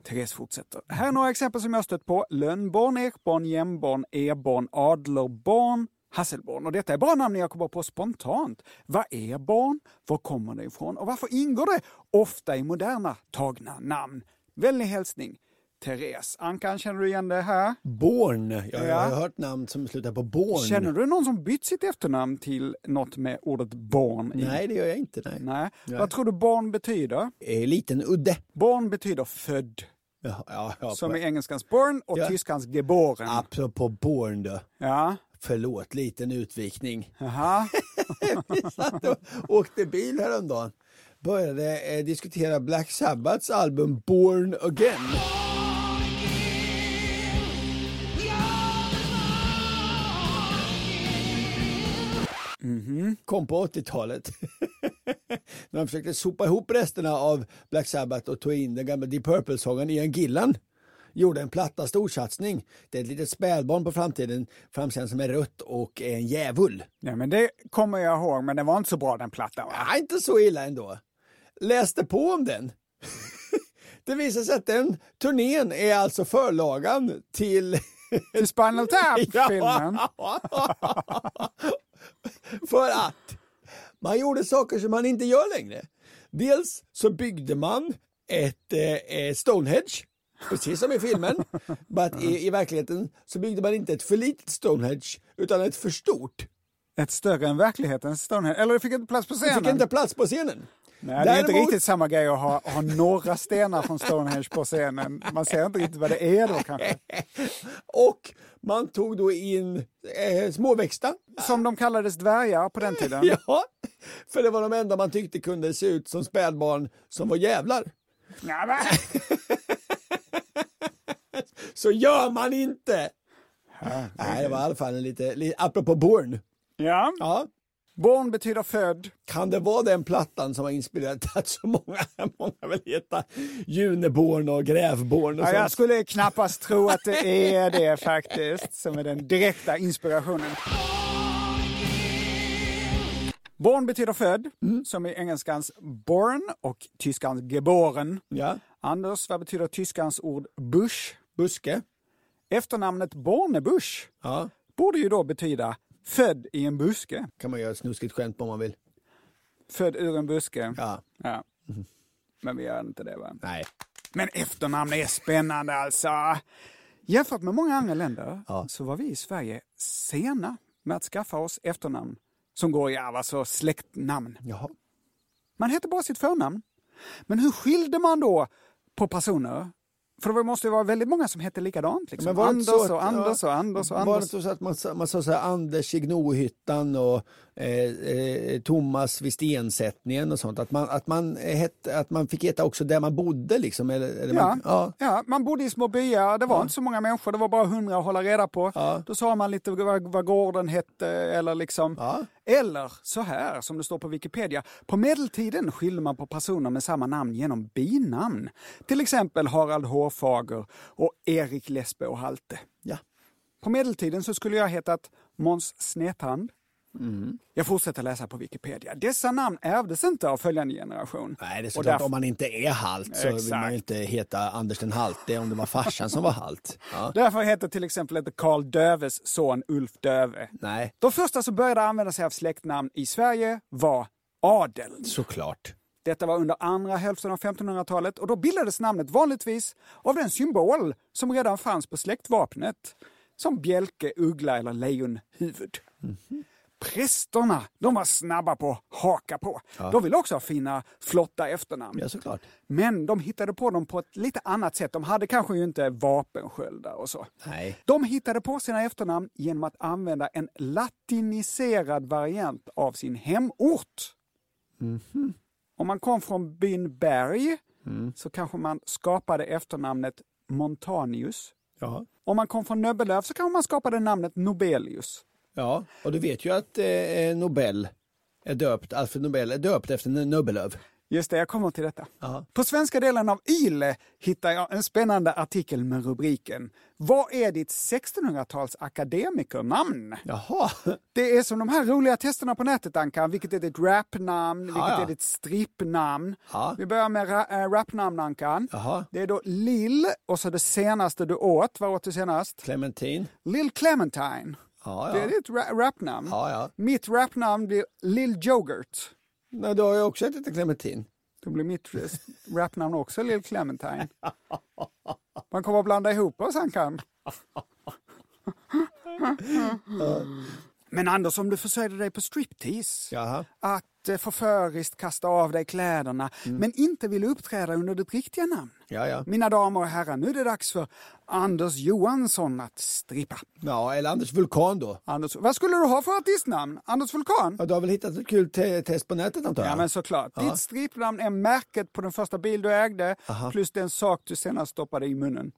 Therese fortsätter. Här är några exempel som jag stött på. Lönnborn, Ekborn, Jämborn, Eborn, Adlerborn, Hasselborn. Och detta är bara namn jag kommer på spontant. Vad är barn? Var kommer det ifrån? Och varför ingår det ofta i moderna tagna namn? Vänlig hälsning. Therese. Ankan, känner du igen det här? Born. Jag har ja. hört namn som slutar på born. Känner du någon som bytt sitt efternamn till något med ordet barn? Nej, det gör jag inte. Nej. nej. nej. Vad tror du barn betyder? Eh, liten udde. Barn betyder född. Ja, ja, ja, som är engelskans born och tyskans geboren. Apropå born då. Ja. Förlåt, liten utvikning. Jaha. Vi satt och åkte bil häromdagen. Började eh, diskutera Black Sabbaths album Born Again. Mm-hmm. Kom på 80-talet. När de försökte sopa ihop resterna av Black Sabbath och tog in den gamla Deep Purple-sången Ian Gillan. Gjorde en platta storsatsning. Det är ett litet spädbarn på framtiden, framsidan som är rött och är en djävul. Ja, men det kommer jag ihåg, men den var inte så bra den plattan va? Ja, Ah, inte så illa ändå. Läste på om den. det visar sig att den turnén är alltså förlagan till till Spinal Tap-filmen. För att man gjorde saker som man inte gör längre. Dels så byggde man ett eh, Stonehenge, precis som i filmen. Men i, i verkligheten så byggde man inte ett för litet Stonehenge, utan ett för stort. Ett större än verklighetens Stonehenge? Eller det fick inte plats på scenen? Det fick inte plats på scenen. Nej, det är ju inte riktigt samma grej att ha, ha några stenar från Stonehenge på scenen. Man ser inte riktigt vad det är då kanske. Och man tog då in eh, småväxta. Som de kallades dvärgar på den tiden. Ja, för det var de enda man tyckte kunde se ut som spädbarn som var jävlar. Nej, men. Så gör man inte! Nej, det var i alla fall en lite, li- apropå Born. Ja. ja. Born betyder född. Kan det vara den plattan som har inspirerat till att så många, många vill heta Juneborn och Grävborn och Ja, jag sånt? skulle knappast tro att det är det faktiskt som är den direkta inspirationen. Born betyder född, Mm. som i engelskans born och tyskans geboren. Ja. Anders, vad betyder tyskans ord busch? Buske. Efternamnet Bornebusch Ja. borde ju då betyda född i en buske. kan man göra ett snuskigt skämt på om man vill. Född ur en buske. Ja. Mm. Ja. Men vi gör inte det va? Nej. Men efternamn är spännande alltså. Jämfört med många andra länder så var vi i Sverige sena med att skaffa oss efternamn som går i arv, alltså släktnamn. Jaha. Man hette bara sitt förnamn. Men hur skilde man då på personer? För det måste ju vara väldigt många som hette likadant. Liksom. var det inte Anders, så att- och Anders och Anders och Var det Anders. inte så att man, sa- man sa så här Anders i Gnohyttan och eh, eh, Thomas vid Stensättningen och sånt? Att man, att man, eh, hette, att man fick heta också där man bodde liksom? Eller, eller Ja. Man, ja. Ja, man bodde i små byar, det var inte så många människor, det var bara hundra att hålla reda på. Då sa man lite vad, vad gården hette eller liksom. Eller så här, som det står på Wikipedia. På medeltiden skilde man på personer med samma namn genom binamn. Till exempel Harald Hårfager och Erik Lesbe och Halte. Ja. På medeltiden så skulle jag hetat Måns Snethand. Mm. Jag fortsätter läsa på Wikipedia. Dessa namn ärvdes inte av följande generation. Nej, det är Och såklart därför- om man inte är halt så vill man Exakt. ju inte heta Anders den halte om det var farsan som var halt. Ja. Därför heter till exempel inte Karl Döves son Ulf Döve. Nej, De första som började använda sig av släktnamn i Sverige var adel. såklart. Detta var under andra hälften av 1500-talet och då bildades namnet vanligtvis av den symbol som redan fanns på släktvapnet. Som bjälke, uggla eller lejonhuvud. Mhm. Prästerna, de var snabba på att haka på. De ville också ha fina, flotta efternamn. Ja, såklart. Men de hittade på dem på ett lite annat sätt. De hade kanske ju inte vapensköldar och så. Nej. De hittade på sina efternamn genom att använda en latiniserad variant av sin hemort. Mhm. Om man kom från byn Berg Mm. så kanske man skapade efternamnet Montanius. Ja. Om man kom från Nöbbelöv så kanske man skapade namnet Nobelius. ja, och du vet ju att eh, Nobel är döpt, Alfred Nobel är döpt efter Nobelöv. Just det, jag kommer till detta. Ja. På svenska delen av YLE hittar jag en spännande artikel med rubriken Vad är ditt 1600-tals akademikernamn? Jaha, Det är som de här roliga testerna på nätet, Ankan. Vilket är ditt rapnamn? Vilket ja. är ditt strippnamn? Ja. Vi börjar med ra- äh, rapnamn, Ankan. Jaha. Det är då Lill och så det senaste du åt. Vad åt du senast? Clementin. Lill Clementine. Ja, Det ja. är ditt ra- rapnamn. Ja, ja. Mitt rapnamn blir Lill Jogurt. Nej, då har jag också ätit en clementin. Då blir mitt eh, rapnamn också Lill Clementine. Man kommer att blanda ihop oss han kan. Men Anders, om du försörjde dig på striptease, Jaha. att eh, förföriskt kasta av dig kläderna, men inte ville uppträda under ditt riktiga namn. Ja, ja. Mina damer och herrar, nu är det dags för Anders Johansson att strippa. ja, eller Anders Vulkan då. Anders, vad skulle du ha för artistnamn? Anders Vulkan? Ja, du har väl hittat ett kul te- test på nätet antar jag? Ja men såklart. Ditt strippnamn är märket på den första bil du ägde plus den sak du senast stoppade i munnen.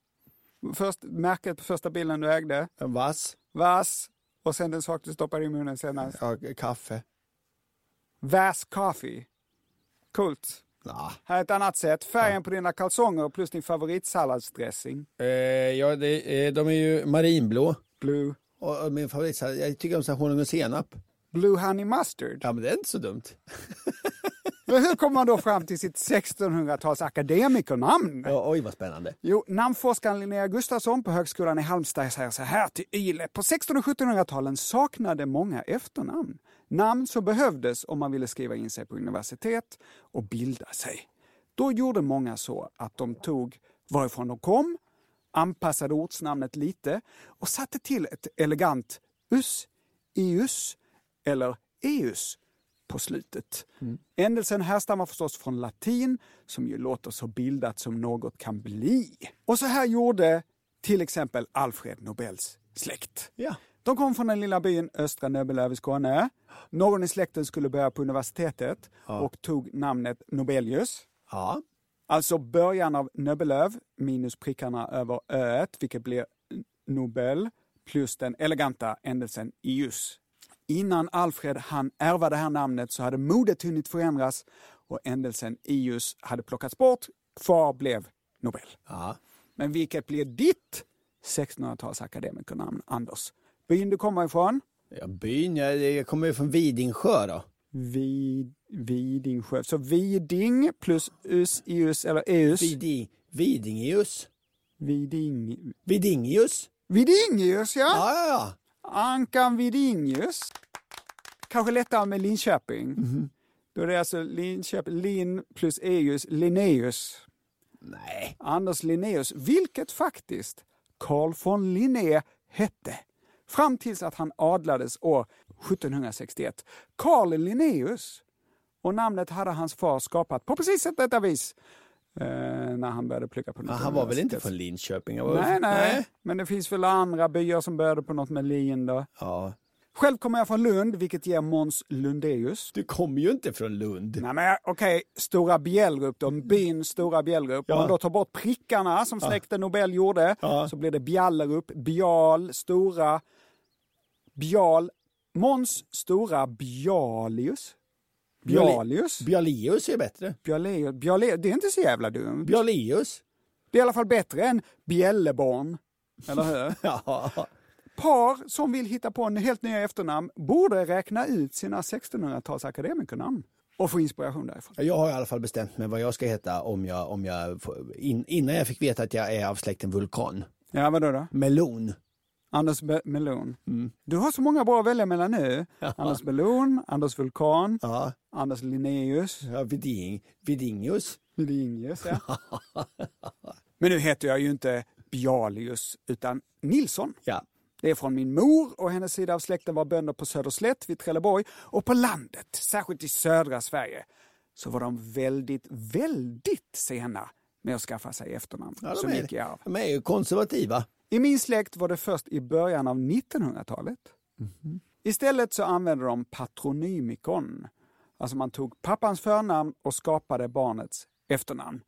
Först märket på första bilen du ägde, En vass, vass och sen den sak du stoppade i munnen senast. ja, kaffe. Vass coffee. Coolt. Ja. Här är ett annat sätt. Färgen på dina kalsonger plus din favoritsalladsdressing. Eh, ja, det, eh, de är ju marinblå. Blue. Och, och min favorit, så här, jag tycker om så här honung och senap. Blue honey mustard. Ja, men det är inte så dumt. Men hur kommer man då fram till sitt 1600-tals akademikernamn? Ja, oj, vad spännande. Jo, namnforskaren Linnea Gustafsson på Högskolan i Halmstad säger så här till YLE. På 1600 och 1700-talen saknade många efternamn. Namn som behövdes om man ville skriva in sig på universitet och bilda sig. Då gjorde många så att de tog varifrån de kom, anpassade ortsnamnet lite och satte till ett elegant us, ius eller eus på slutet. Mm. Ändelsen härstammar förstås från latin, som ju låter så bildat som något kan bli. Och så här gjorde till exempel Alfred Nobels släkt. Ja. De kom från den lilla byn Östra Nöbbelöv i Skåne. Någon i släkten skulle börja på universitetet ja. och tog namnet Nobelius. Ja. Alltså början av Nöbbelöv minus prickarna över öet, vilket blir Nobel, plus den eleganta ändelsen Ius. Innan Alfred han ärva det här namnet så hade modet hunnit förändras och ändelsen Ius hade plockats bort. Kvar blev Nobel. Ja. Men vilket blir ditt 1600-talsakademikernamn, Anders? Byn du kommer ifrån? Ja, byn? Jag, jag kommer ju från Vidingsjö då. Vid, Vidingsjö. Så Viding plus us, ius eller eus? Vidi, Vidingius. Viding... Vidingius. Vidingius, ja! Ja, ja, ja. Ankan Vidingius. Kanske lättare med Linköping. Mhm. Då är det alltså Linköping, Lin plus eus, Linnaeus. Nej. Anders Linnaeus, vilket faktiskt Carl von Linné hette. Fram tills att han adlades år 1761. Carl Linnaeus. Och namnet hade hans far skapat på precis detta vis. Eh, när han började plugga på Men han var väl inte från Linköping? Han var Nej, väl- nej. Men det finns väl andra byar som började på något med lin då. Ja. Själv kommer jag från Lund, vilket ger Måns Lundeus. Du kommer ju inte från Lund. Nej, men jag- okej, Stora Bjällrup då, byn Stora Bjällrup. Ja. Om man då tar bort prickarna som Ja. släkten Nobel gjorde Ja. så blir det Bjallerup, Bjal, Stora, Bjal, Måns Stora Bjalius. Bjalius? Bjalius är bättre. Bjale, Bjale, det är inte så jävla dumt. Bjalius. Det är i alla fall bättre än Bjälleborn. Eller hur? Ja. Par som vill hitta på en helt nya efternamn borde räkna ut sina 1600-talsakademikernamn och få inspiration därifrån. Jag har i alla fall bestämt mig vad jag ska heta om jag, om jag, får- in, innan jag fick veta att jag är av släkten Vulkan. Ja, vadå då? Mm. Melon. Anders Be- Melon. Du har så många bra att välja mellan nu. Anders Melon, Anders Vulkan, Ja. Anders Linnaeus, Ja, Viding, Vidingius. Lidingius. Ja. Men nu heter jag ju inte Bialius utan Nilsson. Ja. Det är från min mor och hennes sida av släkten var bönder på Söderslätt vid Trelleborg och på landet, särskilt i södra Sverige, så var de väldigt, väldigt sena med att skaffa sig efternamn. Ja, så de, mycket i är, arv. de är ju konservativa. I min släkt var det först i början av 1900-talet. Mhm. Istället så använde de patronymikon. Alltså man tog pappans förnamn och skapade barnets efternamn.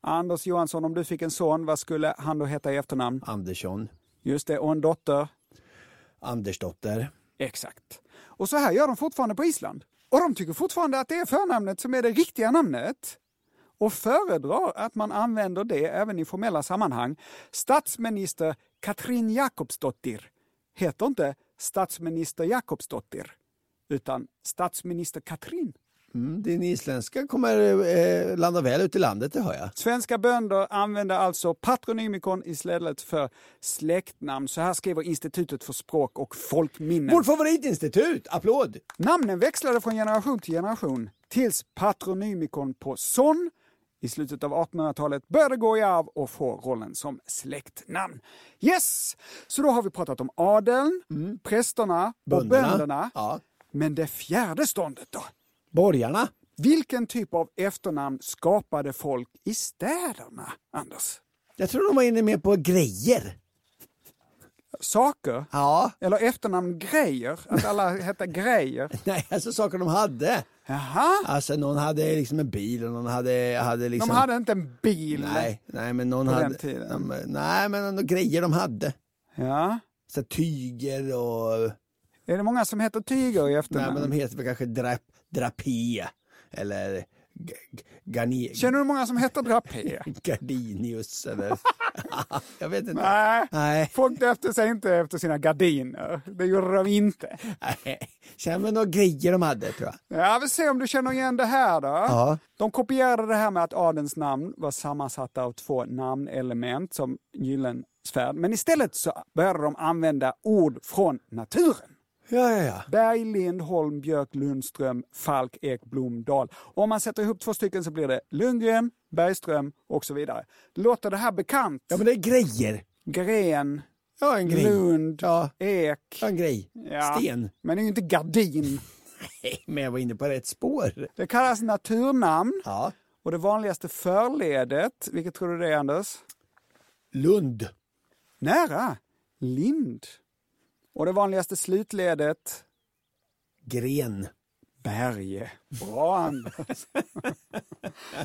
Anders Johansson, om du fick en son, vad skulle han då heta i efternamn? Andersson, Just det, och en dotter? Andersdotter. Exakt. Och så här gör de fortfarande på Island. Och de tycker fortfarande att det är förnamnet som är det riktiga namnet. Och föredrar att man använder det även i formella sammanhang. Statsminister Katrin Jakobsdottir heter inte statsminister Jakobsdottir, utan statsminister Katrin. Mm, din isländska kommer eh, landa väl ut i landet, det hör jag. Svenska bönder använder alltså patronymikon istället för släktnamn. Så här skriver Institutet för språk och folkminnen. Vårt favoritinstitut! Applåd! Namnen växlade från generation till generation tills patronymikon på son i slutet av 1800-talet började gå i arv och få rollen som släktnamn. Yes! Så då har vi pratat om adeln, prästerna och bönderna. Mm. Ja. Men det fjärde ståndet då? Borgarna. Vilken typ av efternamn skapade folk i städerna, Anders? Jag tror de var inne mer på grejer. Saker? Ja. Eller efternamn Grejer? Att alla hette Grejer? Nej, alltså saker de hade. Jaha? Alltså någon hade liksom en bil och någon hade, hade liksom... De hade inte en bil? Nej, nej men någon På den hade... tiden. De, nej, men några grejer de hade. Ja. Så här tyger och... Är det många som heter Tiger i Nej, efternamn? men de heter väl kanske drap, drapé eller g- g- garni, Känner du många som heter Drapé? gardinius eller... jag vet inte. Nej. Nej. Folk döpte sig inte efter sina gardiner. Det gjorde de inte. Nej. Känner väl några grejer de hade tror jag. Ja, vi ser om du känner igen det här då. Ja. De kopierade det här med att adelns namn var sammansatta av två namnelement som gyllensvärd. Men istället så började de använda ord från naturen. Ja, ja, ja. Berg, Lind, Holm, Björk, Lundström, Falk, Ek, Blom, Dahl. Om man sätter ihop två stycken så blir det Lundgren, Bergström och så vidare. Låter det här bekant? Ja, men det är grejer. Gren, Ja, en grej. Lund, Ja, Ek. ja en grej. Ja, Sten. Men det är ju inte gardin. Nej, men jag var inne på rätt spår. Det kallas naturnamn. Ja. Och det vanligaste förledet, vilket tror du det är Anders? Lund. Nära! Lind. Och det vanligaste slutledet? Gren. Berge. Bra Anders!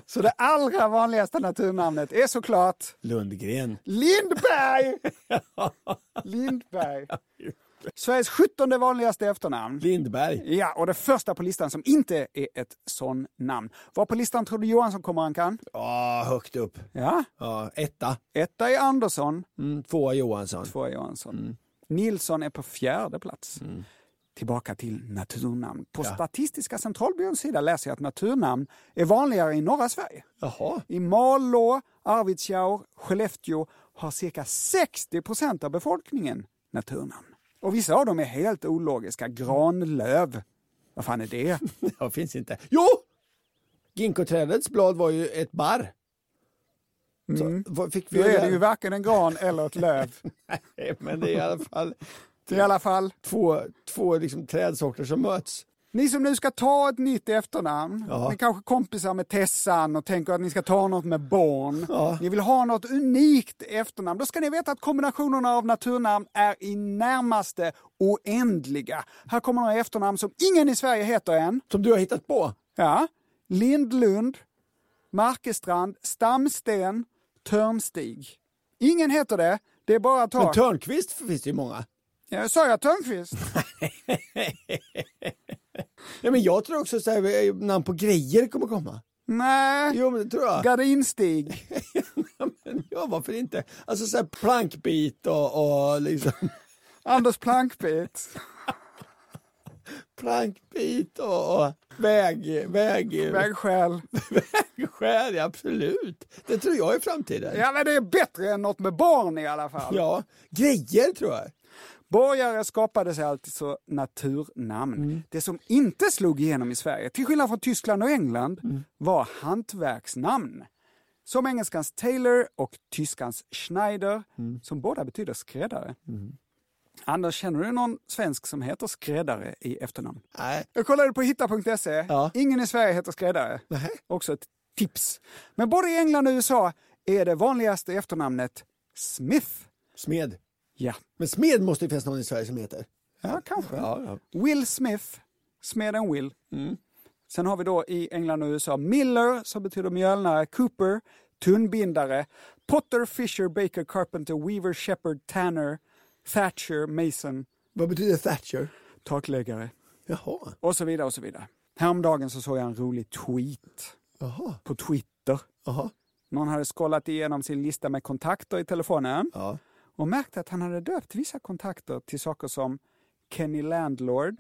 Så det allra vanligaste naturnamnet är såklart Lundgren. Lindberg! Lindberg. Sveriges 17 vanligaste efternamn. Lindberg. Ja, och det första på listan som inte är ett sån namn. Var på listan tror du Johansson kommer rankan? Ja, högt upp. Ja. ja etta. Etta är Andersson. Mm, tvåa Johansson. Tvåa Johansson. Nilsson är på fjärde plats. Tillbaka till naturnamn. På Statistiska centralbyråns sida läser jag att naturnamn är vanligare i norra Sverige. Jaha. I Malå, Arvidsjaur, Skellefteå har cirka 60 procent av befolkningen naturnamn. Och vissa av dem är helt ologiska. Granlöv. Vad fan är det? Det finns inte. Jo! Ginkgoträdets blad var ju ett barr. Så, vad fick vi Då Mm. är det ju varken en gran eller ett löv. Nej, men det är i alla fall I alla fall. två, två liksom trädsorter som möts. Ni som nu ska ta ett nytt efternamn, Ja. ni kanske är kompisar med Tessan och tänker att ni ska ta något med barn. Ja. Ni vill ha något unikt efternamn. Då ska ni veta att kombinationerna av naturnamn är i närmaste oändliga. Här kommer några efternamn som ingen i Sverige heter än. Som du har hittat på? Ja. Lindlund, Markestrand, Stamsten, Törnstig. Ingen heter det. Det är bara att ta. Men Törnqvist finns det ju många. Ja, Sa jag Törnqvist? Ja, men jag tror också så här, eh, namn på grejer kommer komma. Nej. Jo, men det tror jag. Gardinstig. Men ja, varför inte? Alltså så här plankbit och, och liksom Anders Plankbit. plankbit och, och väg, väg, Vägskäl. vägskär, ja, absolut. Det tror jag är framtiden. Ja, men det är bättre än något med barn i alla fall. Ja, grejer tror jag. Borgare skapade sig alltid så naturnamn. Det som inte slog igenom i Sverige, till skillnad från Tyskland och England, var hantverksnamn. Som engelskans Taylor och tyskans Schneider, som båda betyder skräddare. Anders, känner du någon svensk som heter skräddare i efternamn? Nej. Jag kollade på hitta.se. Ja. E. Ingen i Sverige heter skräddare. Också ett tips. Men både i England och USA är det vanligaste efternamnet Smith. Smed. Ja, Men smed måste det finnas någon i Sverige som heter. ja kanske. Ja, ja. Will Smith, smeden Will. Sen har vi då i England och USA Miller, som betyder mjölnare, Cooper, tunnbindare, Potter, Fisher, Baker, Carpenter, Weaver, Shepard, Tanner, Thatcher, Mason, Vad betyder Thatcher? takläggare Jaha. och så vidare och så vidare. Häromdagen så såg jag en rolig tweet Jaha. på Twitter. Jaha. Någon hade skollat igenom sin lista med kontakter i telefonen Ja. och märkte att han hade döpt vissa kontakter till saker som Kenny Landlord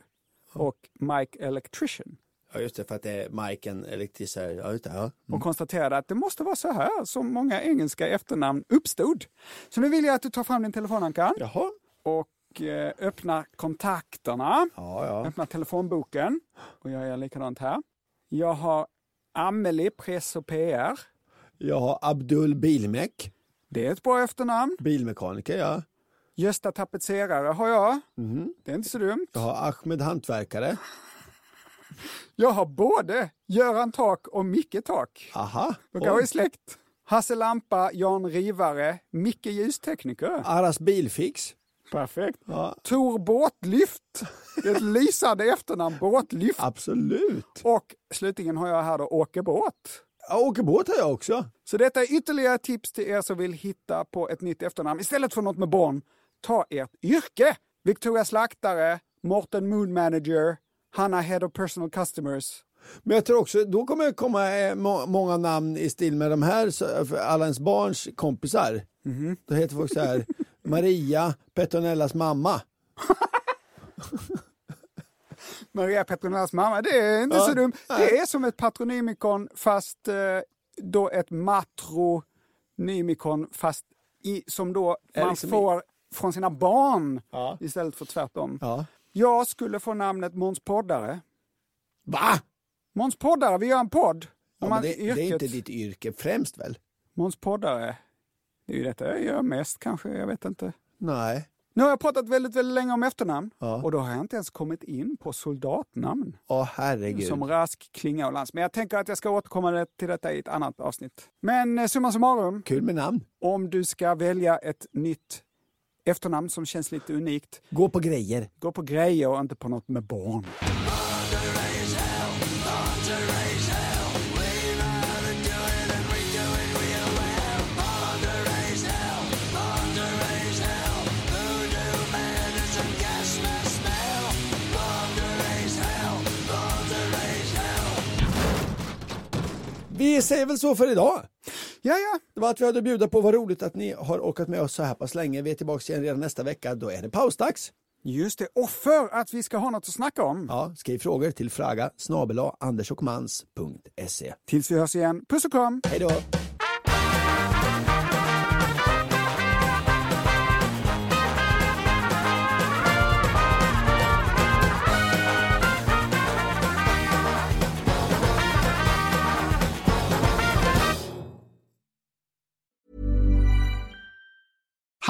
och Mike Electrician Ja, just det, för att det är Mike, en elektriser. Ja, just det, ja. och konstaterade att det måste vara så här som många engelska efternamn uppstod. Så nu vill jag att du tar fram din telefon Ankan Jaha. och eh, öppnar kontakterna. Ja, ja. Öppna telefonboken och jag gör likadant här. Jag har Amelie Press och PR. Jag har Abdul Bilmek, Det är ett bra efternamn. bilmekaniker, ja. Gösta Tapetserare har jag. Det är inte så dumt. Jag har Ahmed Hantverkare. Jag har både Göran Tak och Micke Tak. Aha. De kan vara Och i släkt. Hasse Lampa, Jan Rivare, Micke Ljustekniker. Aras Bilfix. Perfekt. Ja, Tor Båtlyft. Det är ett lysande efternamn, Båtlyft. absolut. Och slutligen har jag här då Åke Båt. Jag åker båt har jag också. Så detta är ytterligare tips till er som vill hitta på ett nytt efternamn. Istället för något med barn, ta ert yrke. Victoria Slaktare, Morten Moon Manager, Hanna Head of Personal Customers. Men jag tror också, då kommer det komma eh, må, många namn i stil med de här, så- för alla ens barns kompisar. Mhm. Då heter folk så här, Maria, Petronellas mamma. Maria Petronellas mamma, det är inte Ja. så dumt. Det Nej. är som ett patronymikon fast eh, då ett matronymikon fast i, som då Är man liksom i- får från sina barn Ja. istället för tvärtom. Ja. Jag skulle få namnet Måns Poddare. Va? Måns Poddare, vi gör en podd. Ja, Om men man- det, det är yrket. inte ditt yrke främst väl? Måns Poddare. Det är ju detta jag gör mest kanske, jag vet inte. Nej. Nu har jag pratat väldigt, väldigt länge om efternamn och då har jag inte ens kommit in på soldatnamn. Åh, herregud. Som Rask, Klinga och Lans. Men jag tänker att jag ska återkomma till detta i ett annat avsnitt. Men eh, summa summarum. Kul med namn. Om du ska välja ett nytt efternamn som känns lite unikt. Gå på grejer. Gå på grejer och inte på något med barn. Vi säger väl så för idag. Ja, ja. Det var allt vi hade att bjuda på. Vad roligt att ni har orkat med oss så här pass länge. Vi är tillbaka igen redan nästa vecka. Då är det pausdags. Just det. Och för att vi ska ha något att snacka om. Ja, skriv frågor till fraga snabela andersochmans.se. Tills vi hörs igen. Puss och kram! Hej då!